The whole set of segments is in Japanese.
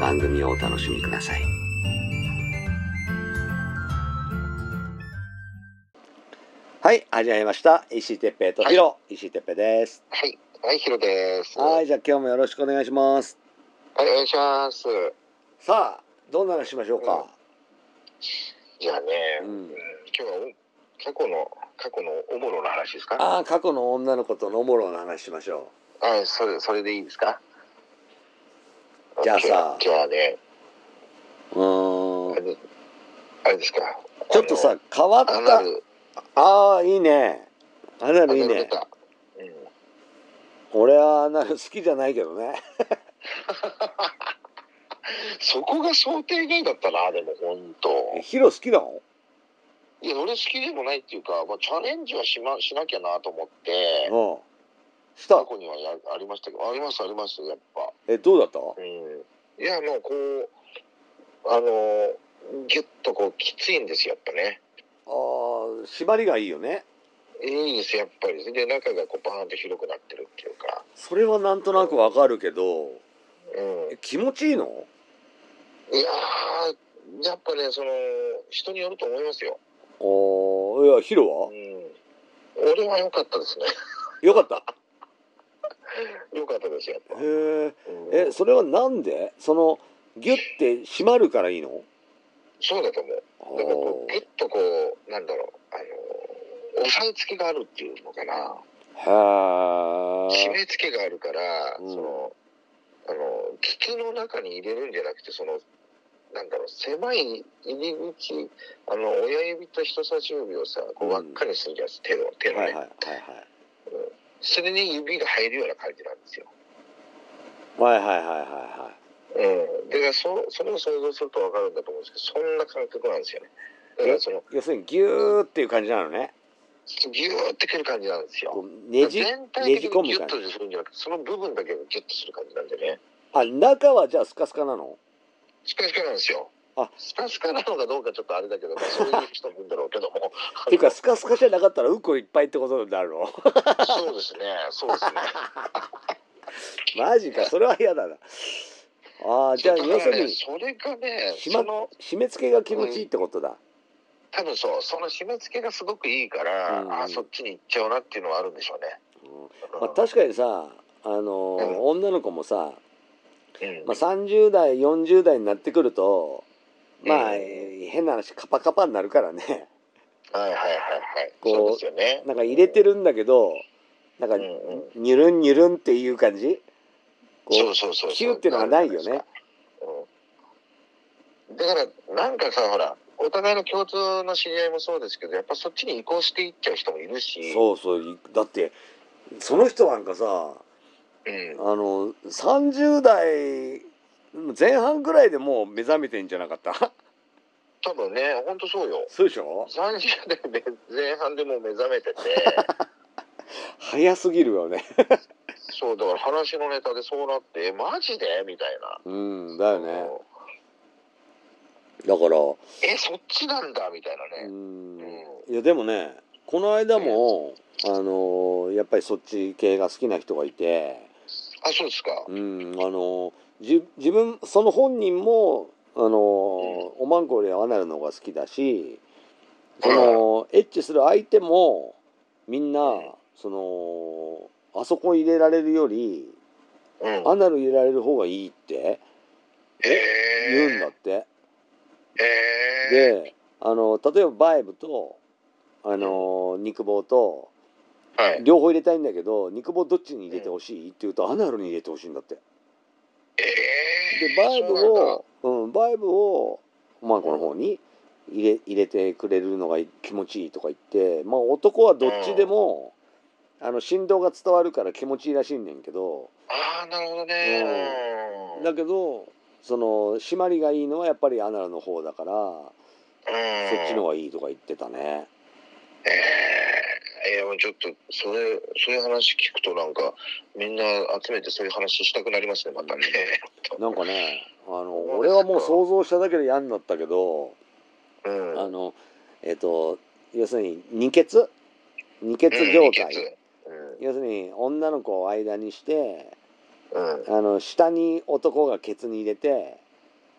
番組をお楽しみください。はい、始まりました。石井哲平とヒロ、石井哲平です。はい、はい、ヒロです。は、はいい、じゃあ今日もよろしくお願いします。お願いします。さあ、どんな話しましょうか。じゃあね、ううんん、今日はお過去の過去のおもろな話ですか。ああ、過去の女の子とのおもろな話しましょあ、それそれでいいですか。じゃあさじゃあね、う。うーあん。れあれですか。ちょっとさ、変わっあの、アナた。ルああ、いいね。アナアナルいいルネね。タ。うん俺はアナル好きじゃないけどね。そこが想定外だったな、でも本当。えヒロ好きなのいや、俺好きでもないっていうか、まあチャレンジはしましなきゃなと思って。うん。し過た去にはやありましたけど、ありますありますやっぱ。え、どうだったうんいやもうこうあのギュッとこうきついんですよやっぱねああ、縛りがいいよね。いいですやっぱりで中がこうバーンと広くなってるっていうか、それはなんとなくわかるけど、え気持ちいいのうん、いやーやっぱねその人によると思いますよ、おいや、ヒロうはん、俺は良かったですね よかった。良かったですよやっぱ、へえ。うんえ、それはなんでその、ギュって締まるからいいのそうだと思うあだからこうギューッとこうなんだろうあの押さえつけがあるっていうのかな締へえ。め付けがあるから、うんそのあの危機の中に入れるんじゃなくてそのなんだろう狭い入り口あの親指と人差し指をさうこうん輪っかにするじゃん、手の手のね、はいはいはいはい。それに指が入るような感じなんですよ、はいはいはいはいはい。うん、だからそそれを想像すると分かるんだと思うんですけどそんな感覚なんですよねだからその要するにギューっていう感じなのね。ギューってくる感じなんですよこうねじ、全体ねじ的込にむギュ感ッじとするんじゃなくてその部分だけをギュッとする感じなんでねあ、中はじゃあスカスカなのスカスカなんですよ。あスカスカなのかどうかちょっとあれだけど、まあ、そういう人もいるんだろうけ ども。っていうか、スカスカじゃなかったらうんこいっぱいってことになる のそうですね。そうですね。マジか、それは嫌だな。ああ、じゃあそうだ要かすらるねに、それがね、しまその締め付けが気持ちいいってことだ。多分そう、その締め付けがすごくいいから、うんあそっちに行っちゃうなっていうのはあるんでしょうね。うんうんまあ、確かにさ、あのーうん女の子もさ、うんまあ、30代、40代になってくると、まあ、うん変な話、カパカパになるからね。はいはいはいはい。こうそうですよね。なんか入れてるんだけど、なんかうん、うんニュルンニュルンっていう感じそこうそうそうそう。うキューっていうのがないよね。うん。だから、なんかさ、ほら、お互いの共通の知り合いもそうですけど、やっぱそっちに移行していっちゃう人もいるし。う。そうそういだってその人なんかさうんあ。の30代前半ぐらいでもう目覚めてんじゃなかった 多分ね、本当そうよ。そうでしょ30代で前半でもう目覚 めてて、早すぎるよねそうだから話のネタでそうなって、えマジでみたいな。うんだよねだからうえ、そっちなんだみたいなね。んういやでもねこの間もあのやっぱりそっち系が好きな人がいてあ、そうですか。うんあのじ自分その本人もあの、おまんこよりはアナルの方が好きだしその、エッチする相手もみんな、うんそのあそこ入れられるよりうん。アナル入れられる方がいいってええ言うんだって、ええであの例えばバイブとあの肉棒とはい。両方入れたいんだけど肉棒どっちに入れてほしいって言うとアナルに入れてほしいんだってええでバイブそうなんだをうん、バイブをマンコの方に入れ入れてくれるのが気持ちいいとか言ってまあ男はどっちでも、あの振動が伝わるから気持ちいいらしいんねんけどああ、なるほどね。うんだけどその締まりがいいのはやっぱりアナルの方だからそっちの方がいいとか言ってたね。ええいやもうちょっとそれそういう話聞くとなんかみんな集めてそういう話したくなりますねまたね。なんかねあのうですか俺はもう想像しただけで嫌になったけど うん。あのえっ、と要するに二欠二欠状態、うん要するに女の子を間にしてうんうんあの下に男がケツに入れて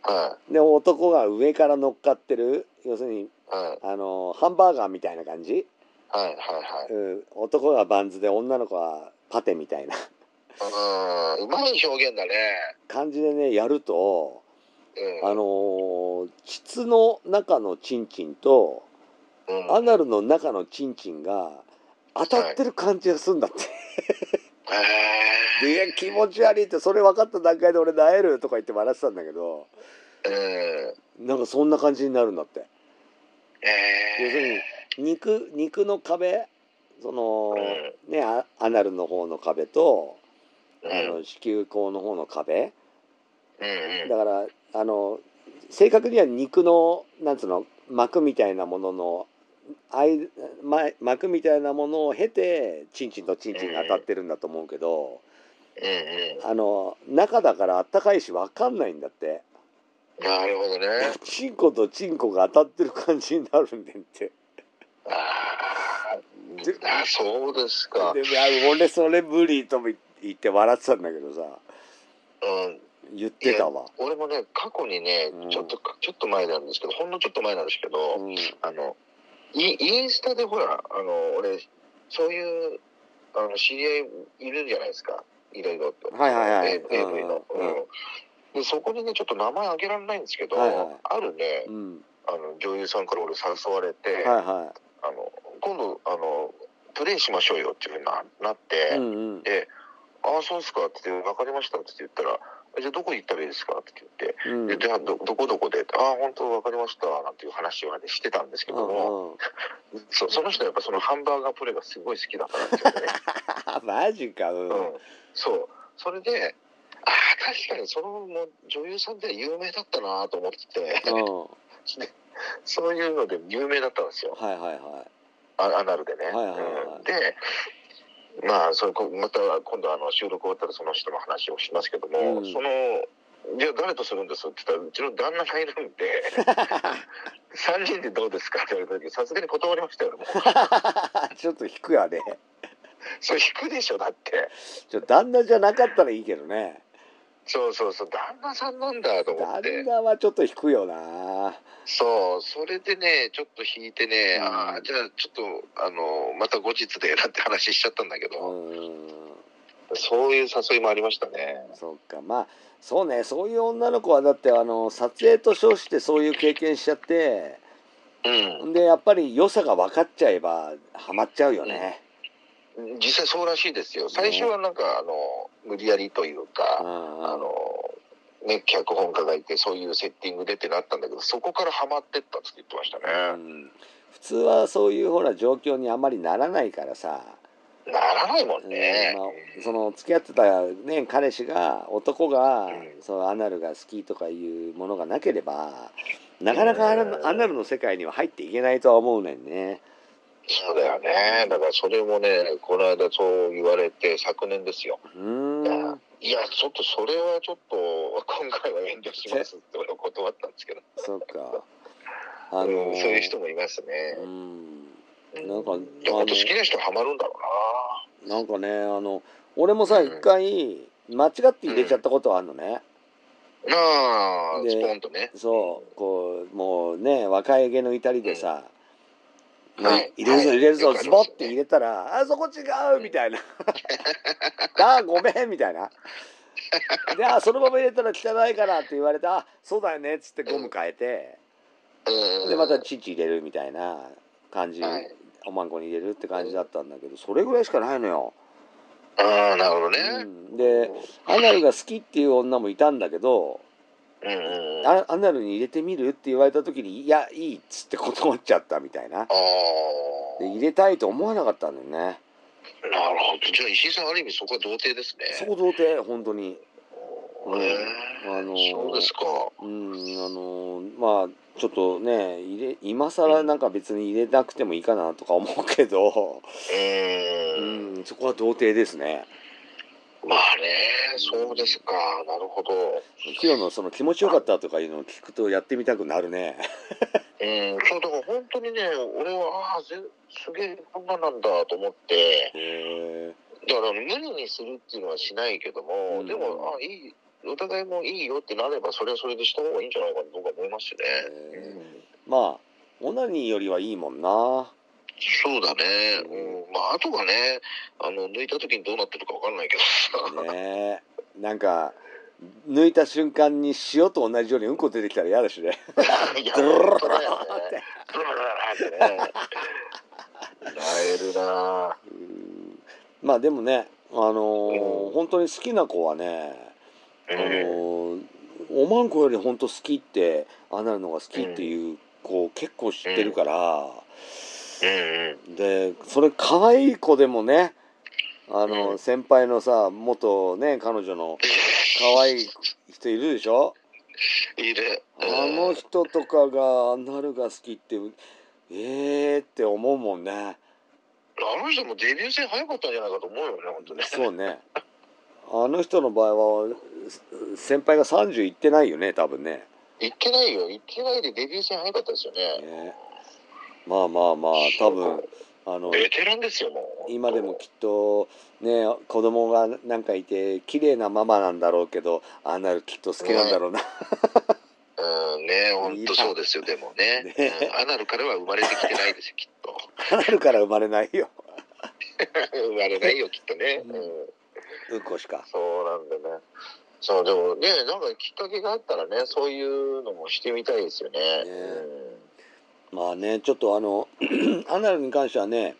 はで男が上から乗っかってる要するにいはいあのハンバーガーみたいな感じ、はいはいはい。うん、男がバンズで女の子はパテみたいな うんうまい表現だね。感じでねやるとうん。あのー膣の中のチンチンとうんアナルの中のチンチンが当たってる感じがするんだって。へ えでいや気持ち悪いってそれ分かった段階で俺なえるとか言って笑ってたんだけどうんなんかそんな感じになるんだって。要すえるに肉肉の壁その、ねあアナルの方の壁とあえうんの子宮口の方の壁うんうんだからあの正確には肉のなんつうの膜みたいなもののあいま膜みたいなものを経てチンチンとチンチンが当たってるんだと思うけど、うんうんあの中だからあったかいし分かんないんだってなるほどね。チンコとチンコが当たってる感じになるんでんってあでーあそうですか。でいや俺それ無理とも言って笑ってたんだけどさうん言ってたわ。俺もね過去にねうんちょっとか、ちょっと前なんですけどほんのちょっと前なんですけど、うんあのイインスタでほらあの俺そういうあの知り合いいるじゃないですかいろいろと、はいはいはい A- AV の、うんうんでそこにねちょっと名前挙げられないんですけど、はいはいあるねうん、あの女優さんから俺誘われはて、いはあの今度あのプレイしましょうよっていうふうにななって。い。うんうんで「ああそうっすか」って言って「分かりました」って言ったら「じゃあどこ行ったらいいですか?」って言ってうん。で「じゃあどどこどこで」ああ本当分かりました」なんていう話はねしてたんですけども、うんうんそその人はやっぱそのハンバーガープレーがすごい好きだからです よね、マジか。うん。うん、そうそれでああ確かにそのもう女優さんって有名だったなと思ってて うんそういうので有名だったんですよはいはい はあアナルでね。はいはいはいうんでまあそれこまた今度あの収録終わったらその人の話をしますけども、うんその「じゃあ誰とするんです?」って言ったら「うちの旦那がいるんで 3人でどうですか?」って言われた時さすがに断りましたよもうい。ちょっと引くやね。それ引くでしょだってちょ旦那じゃなかったらいいけどね。そうそうそう旦那さんなんだと思っ旦て那はちょっと引くよな。そうそれでねちょっと引いてね、うんああじゃあちょっとあのまた後日でなんて話しちゃったんだけうど、ん。そういう誘いもありましたね。そっかまあそうねそういう女の子はだってあの撮影と称してそういう経験しちゃってうんでやっぱり良さが分かっちゃえばハマっちゃうよね。実際そうらしいですよ最初はなんか、あの無理やりといううか、んあのね脚本家がいてそういうセッティングでってなったんだけどそこからハマってったって言ってましたうね、ん普通はそういうほら状況にあまりならないからさ、ならないもんね、うんまあ、その付き合ってた、ね、彼氏が男が、うんそのアナルが好きとかいうものがなければなかなかアナ,、うんアナルの世界には入っていけないとは思うねんね。そうだよねだからそれもねこの間そう言われて昨年ですよ、うーんいやちょっとそれはちょっと 今回は遠慮しますって俺は断ったんですけど、そっか。あうんそういう人もいますね、うんうんなんかでも本当好きな人はハマるんだろなんかねあの俺もさうん一回間違って入れちゃったことあるのね。うなまあでスポンとねそうこうもうね若い毛の至りでさ、うんもうはい入れるぞはい入れるぞよくあズりボまっすよねて 入れたら「あそこ違う」みたいな「あごめん」みたいなであそのまま入れたら汚いからって言われてあそうだよねっつってゴム変えてうんでまたチンチン入れるみたいな感じ、はいおまんこに入れるって感じだったんだけどそれぐらいしかないのよ。ああなるほどね、うん、でアナルが好きっていう女もいたんだけどうんうんうんああアナルに入れてみるって言われた時にいやいいっつって断っちゃったみたいなあで入れたいと思わなかったんだよねーなるほどじゃあ石井さんある意味そこは童貞ですねそう童貞本当にうんへーあのーそうですかうんあのーまあちょっとね入れ今更なんか別に入れなくてもいいかなとか思うけど、ううーんん、そこは童貞ですねまあねそうですかなるほどキヨのその気持ちよかったとかいうのを聞くとやってみたくなるねうんそうだから本当にね俺はああぜすげえこんななんだと思ってへえだから無理にするっていうのはしないけども、うんでもあいいお互いもいいよってなればそれはそれでした方がいいんじゃないかと僕は思いますへー、ねうんまあオナニーよりはいいもんなそうだねうんまああとがねあの抜いた時にどうなってるかわかんないけどさ、ねえなんか抜いた瞬間に塩と同じようにうんこ出てきたら嫌だしね いやドロロロ本ロ当だよねってドロロロロって ね萎えるなうんまあでもねあのーうん本当に好きな子はね、あのうんーおまんこより本当好きってああなるのが好きっていう子結構知ってるから、うんうんでそれ可愛い子でもねあの、うん先輩のさ元ね彼女の可愛い人いるでしょいるあの人とかがアナルが好きってえーって思うもんねあの人もデビュー戦早かったんじゃないかと思うよね、本当ね。そうねあの人の場合は先輩が30いってないよね多分ね行ってないよ、行ってないでデビュー戦早かったですよね。ねまあまあまあ多分あのベテランですよ、もう。今でもきっとね子供がなんかいて綺麗なママなんだろうけどああなるきっと好きなんだろうな、うん、ね、本当そうですよ、でもね。ねうんアナルからは生まれてきてないですよ、きっ と。あなるから生まれないよ生まれないよ、きっとね。うん、うんこしかそうなんだね。そう、でもね、なんかきっかけがあったらね、そういうのもしてみたいですよね。ねうんまあねちょっとあの アナルに関してはね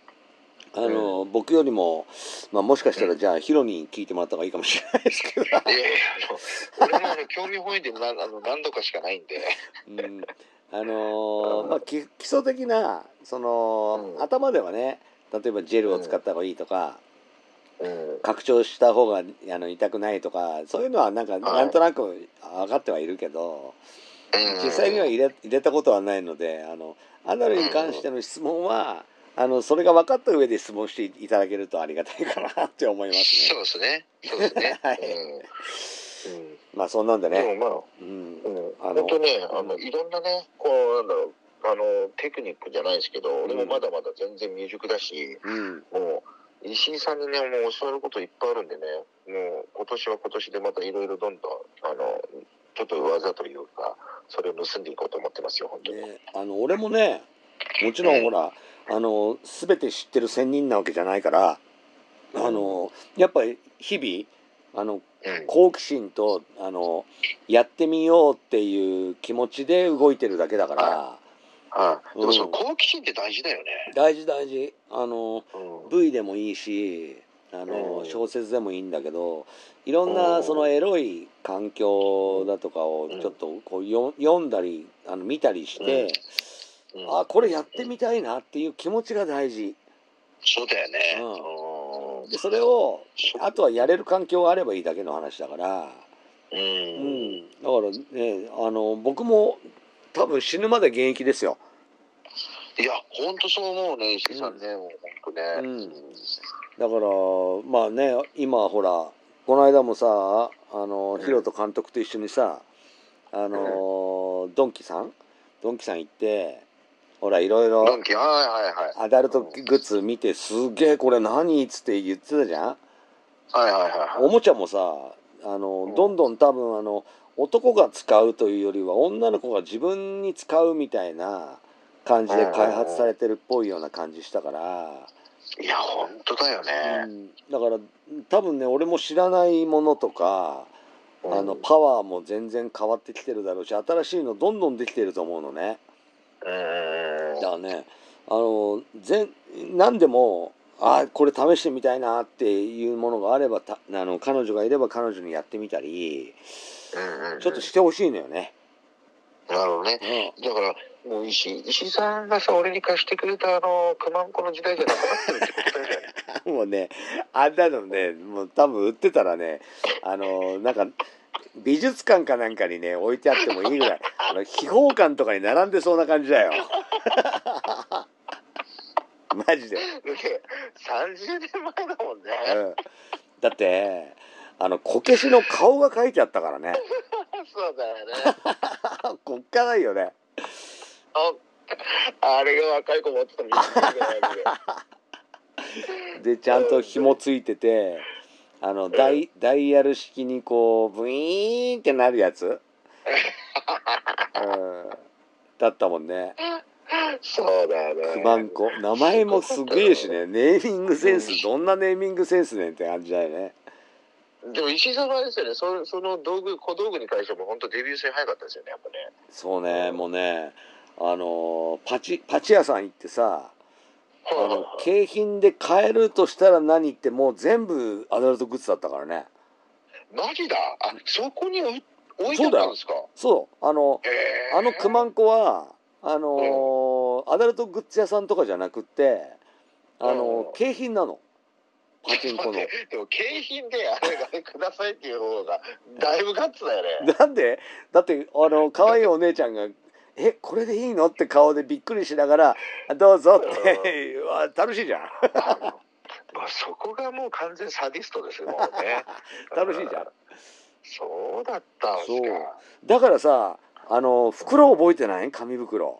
あの、僕よりも、まあ、もしかしたらじゃあヒロに聞いてもらった方がいいかもしれないです けど、いやいや、あの俺もあの興味本位でなあの何度かしかない んで。うん、あのまあき基礎的なその、うん頭ではね例えばジェルを使った方がいいとか、うん。拡張した方があの痛くないとかそういうのはなんか、なんとなく分かってはいるけど実際にはうん入れ入れたことはないのであのアナルに関しての質問は、あのそれが分かった上で質問していただけるとありがたいかなって思いますそね。。うですね。そうですね はいうんうんまあそんなんでね、でうもんまあ、うん、あの本当ね、あうのんいろんなね、こうなんだろう、あのテクニックじゃないですけど、俺もまだまだ全然未熟だし、うん、もう石井さんにね、もう教わることいっぱいあるんでね、もう今年は今年でまたいろいろどんどんあのちょっと技というか、それを盗んでいこうと思ってますよ、本当に。ねあの俺もねもちろんほら、あの全て知ってる仙人なわけじゃないからあのやっぱり日々あのうん、好奇心とあのやってみようっていう気持ちで動いてるだけだからあ、でもそのうん好奇心って大事だよね。大事大事あのうん、 V でもいいしあのうん小説でもいいんだけどいろんうなんそのエロい環境だとかをうんちょっとこうよ読んだりあの見たりして、うんあこれやってみたいなっていう気持ちが大事そうだよね。ううんでそれをそうあとはやれる環境があればいいだけの話だから、ううんん、だからねあの僕も多分死ぬまで現役ですよ。いや、本当そう思うね、石井さんね、もう本当うね。んだからまあね今ほらこの間もさあのうんヒロと監督と一緒にさあの、ドンキさんドンキさん行ってほらいろいドろンキ、はいはいはい。アダルトグッズ見てすげえこれ何っつって言ってたじゃんはいはいはいおはい。もちゃもさあうのんどんどん多分あの男が使うというよりは女の子が自分に使うみたいな感じで開発されてるっぽいような感じしたから。いや、本当だようね。んだから多分ね俺も知らないものとかうんあのパワーも全然変わってきてるだろうし新しいのどんどんできてると思うのねうんうんうだんからねあの全何でもあこれ試してみたいなっていうものがあればたあの彼女がいれば彼女にやってみたりうんうんちょっとしてほしいのよね。なるほどねうんだからもう石井石井さんがさ俺に貸してくれたあの熊んこの時代じゃなくなってるってことだよね もうねあんなのねもう多分売ってたらねあのなんか美術館かなんかにね置いてあってもいいぐらいあの秘宝館とかに並んでそうな感じだよ マジで、だって30年前だもんね、うん、だってあのこけしの顔が書いてあったからね そうだよねこっかないよねあれが若い子持ってたみたいなでちゃんと紐ついててあのダイダイヤル式にこうブイーンってなるやつ、うん、だったもんねそうだよくねまんこ名前もすげえしねネーミングセンスどんなネーミングセンスねんって感じだよねでも石井さんはあれですよねそその道具小道具に関しても本当デビュー戦早かったですよねやっぱねそうねもうねあのパチパチ屋さん行ってさあはいはいのはい景品で買えるとしたら何ってもう全部アダルトグッズだったからねマジだあそこに置い置いてあったんですかそうあのへえあのくまんこはあのーアダルトグッズ屋さんとかじゃなくてあのーうん景品なのパチンコの。でも景品であれがくださいっていう方がだいぶガッツだ よねなんでだってあの可愛いお姉ちゃんが「えこれでいいの?」って顔でびっくりしながら「どうぞ」って、う わ楽しいじゃんあのまあそこがもう完全サディストですよもうね楽しいじゃんそうだったんですかだからさあの袋覚えてない紙袋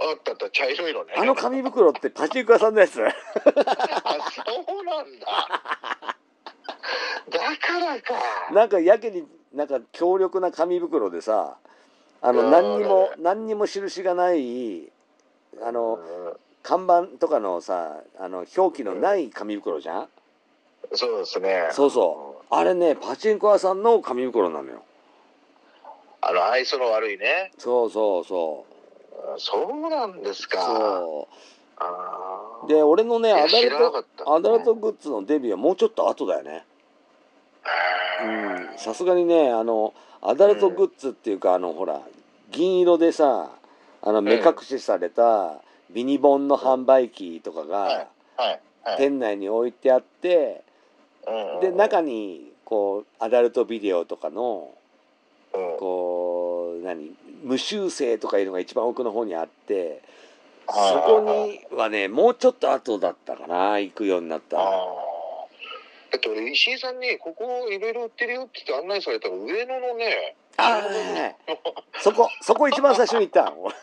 あったあった茶色いのねあの紙袋ってパチンコ屋さんのやつ あそうなんだだからかなんかやけになんか強力な紙袋でさあの何にも何にも印がないあの看板とかのさあの表記のない紙袋じゃんうんそうですねそうそうあれねパチンコ屋さんの紙袋なのよあの愛想の悪いねそうそうそううんそうなんですかそあうーで俺のねいやアダ知ルらなトかったアダルトうんグッズのデビューはもうちょっと後だよねへーうんさすがにねあのアダルトグッズっていうかあのほら銀色でさあの目隠しされたビニボンの販売機とかがはいはい店内に置いてあってうんで中にこうアダルトビデオとかのうんこう何無修正とかいうのが一番奥の方にあってそはいはいはいこにはねもうちょっと後だったかな行くようになったのあーだって俺石井さんに「ここいろいろ売ってるよ」って言って案内されたら上野のね あーそこそこ一番最初に行ったの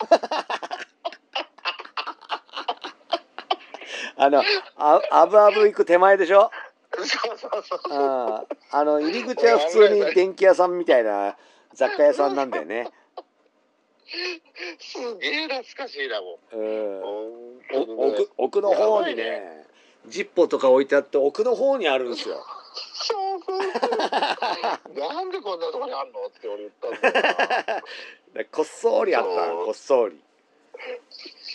あのああぶあぶ行く手前でしょそうそうそうそうあーあの入り口は普通に電気屋さんみたいな雑貨屋さんなんだよねすげえ懐かしいなもうんうお奥奥の方にやばいねジッポとか置いてあって奥の方にあるんですよそうそ うそうなんでこんなとこにあんのって俺言ったんだよでこっそりあったそうこっそり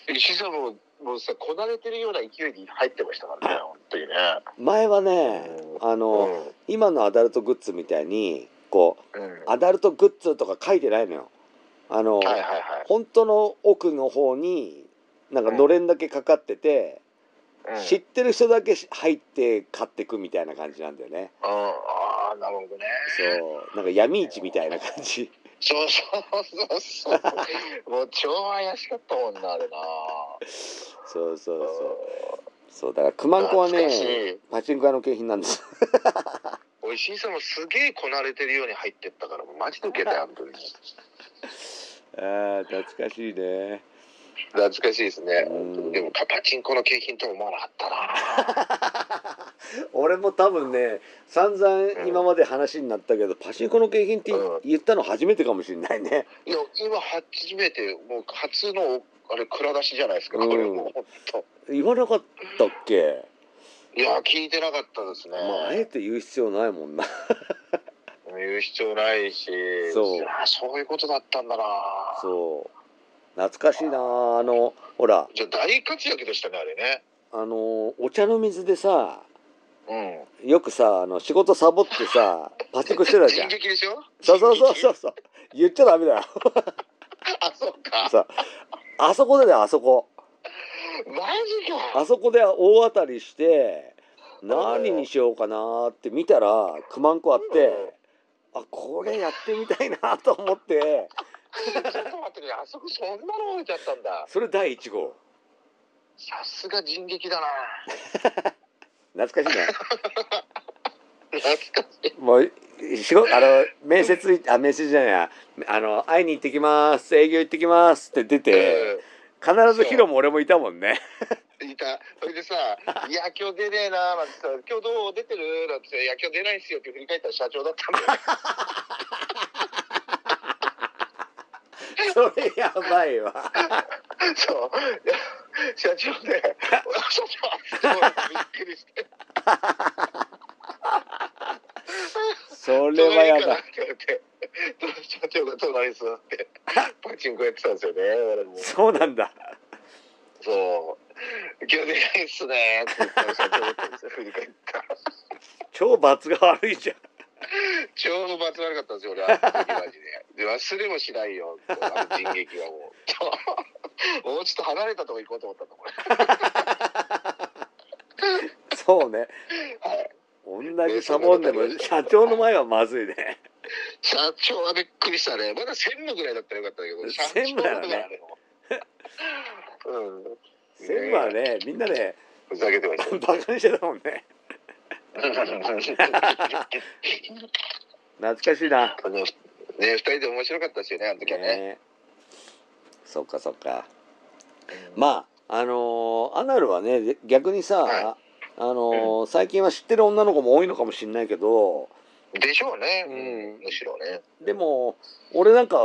な石井さんももうさこなれてるような勢いに入ってましたからね本当にね前はねあうのん今のアダルトグッズみたいにこううんはアダルトグッズとか書いてないのよあのいはいはい本当の奥の方になんかのれんだけかかっててうん知ってる人だけ入って買ってくみたいな感じなんだよねああなるほどねそうなんか闇市みたいな感じ そうそうそうそう。もう超怪しかったもんな、あれな。そうそうそうそうだからくまんこは懐かしねいパチンコ屋の景品なんですおいしいさんもすげえこなれてるように入ってったから、もうマジで受けたよ、本当に。 ああ懐かしいね懐かしいですねうん。でも、パパチンコの景品とは思わなかったな。俺も多分ね散々今まで話になったけど、パチンコの景品ってうん言ったの初めてかもしれないね、いや、今初めて、もう初の、あれ、蔵出しじゃないですか、これもう本当。言わなかったっけいや、聞いてなかったですね。まああえて言う必要ないもんな言うる必要ないしそういやそういうことだったんだなそう懐かしいなああのほらじゃあ大活躍でしたねあれねあのお茶の水でさうんよくさあの仕事サボってさパチンコしてたじゃ人ん力でしょそうそうそう人そうそう言っちゃダメだよ力 あそっかさあそこだよあそこマジかあそこで大当たりして何にしようかなーって見たらくまんこあってあこれやってみたいなと思ってちょっと待ってくれあそこそんなの置いてあったんだそれ第1号さすが人力だな懐かしいね懐かしいもう仕事あの面接いあ面接じゃないやあの会いに行ってきます営業行ってきますって出て必ずヒロも俺もいたもんねいたそれ でさ「いや今日出ねえな」なんてさ「今日どう出てる?」なんてさ「いや今日出ないっすよ」って振り返ったら社長だったんだよそれやばいわ そう。いや社長ね、社長、すごいびっくりして。それはやばい隣からって言われて社長が隣に 座って、パチンコやってたんですよね、俺も。そうなんだそう。今日出ないっすねって言ったら 社長だったんですよ、振り返ったら。超罰が悪いじゃん超罰悪かったんですよ、俺は。あの時マジで。で忘れもしないよ、あの人撃はもう。そうもうちょっと 離れたとこ行こうと思ったんだ、これ。そうねはい同じサボン でも社長の前はまずいね社長はびっくりしたね。まだ専務ぐらいだったらよかったんだけど、社専務長ならだかねらね。 うん、専務はねみんなねふざけてましたよ。バカにしてたもんね 懐かしいなね、二人で面白かったしね、あの時はね。ねそっかそっかまああのーアナルはね逆にさ、はいあのー最近は知ってる女の子も多いのかもしれないけどでしょうね。うんむしろね。でも俺なんか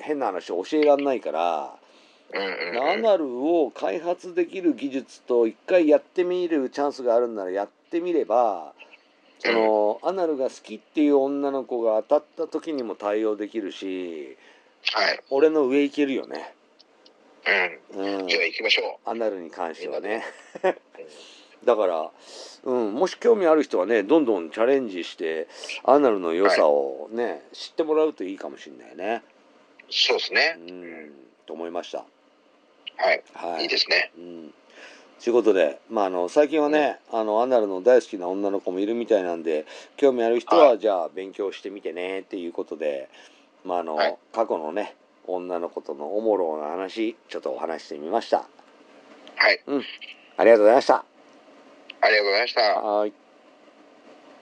変な話教えらんないから、うんうんアうん。ナルを開発できる技術と一回やってみるチャンスがあるんならやってみればその、アナルが好きっていう女の子が当たった時にも対応できるしはい。俺の上行けるよね、うんうん。じゃあ行きましょアナルに関しては ねだから、うん、もし興味ある人はねどんどんチャレンジしてアナルの良さをね、知ってもらうといいかもしれないね、う。そうですねう。ん、と思いました。はい。はいいいですね。うんということで、まあ、あの最近はね、あのアナルの大好きな女の子もいるみたいなんで興味ある人は、はじゃあ勉強してみてねっていうことで、まああのはい過去のね女の子とのおもろな話ちょっとお話ししてみましたはい。ありがとうございましたありがとうございました。はい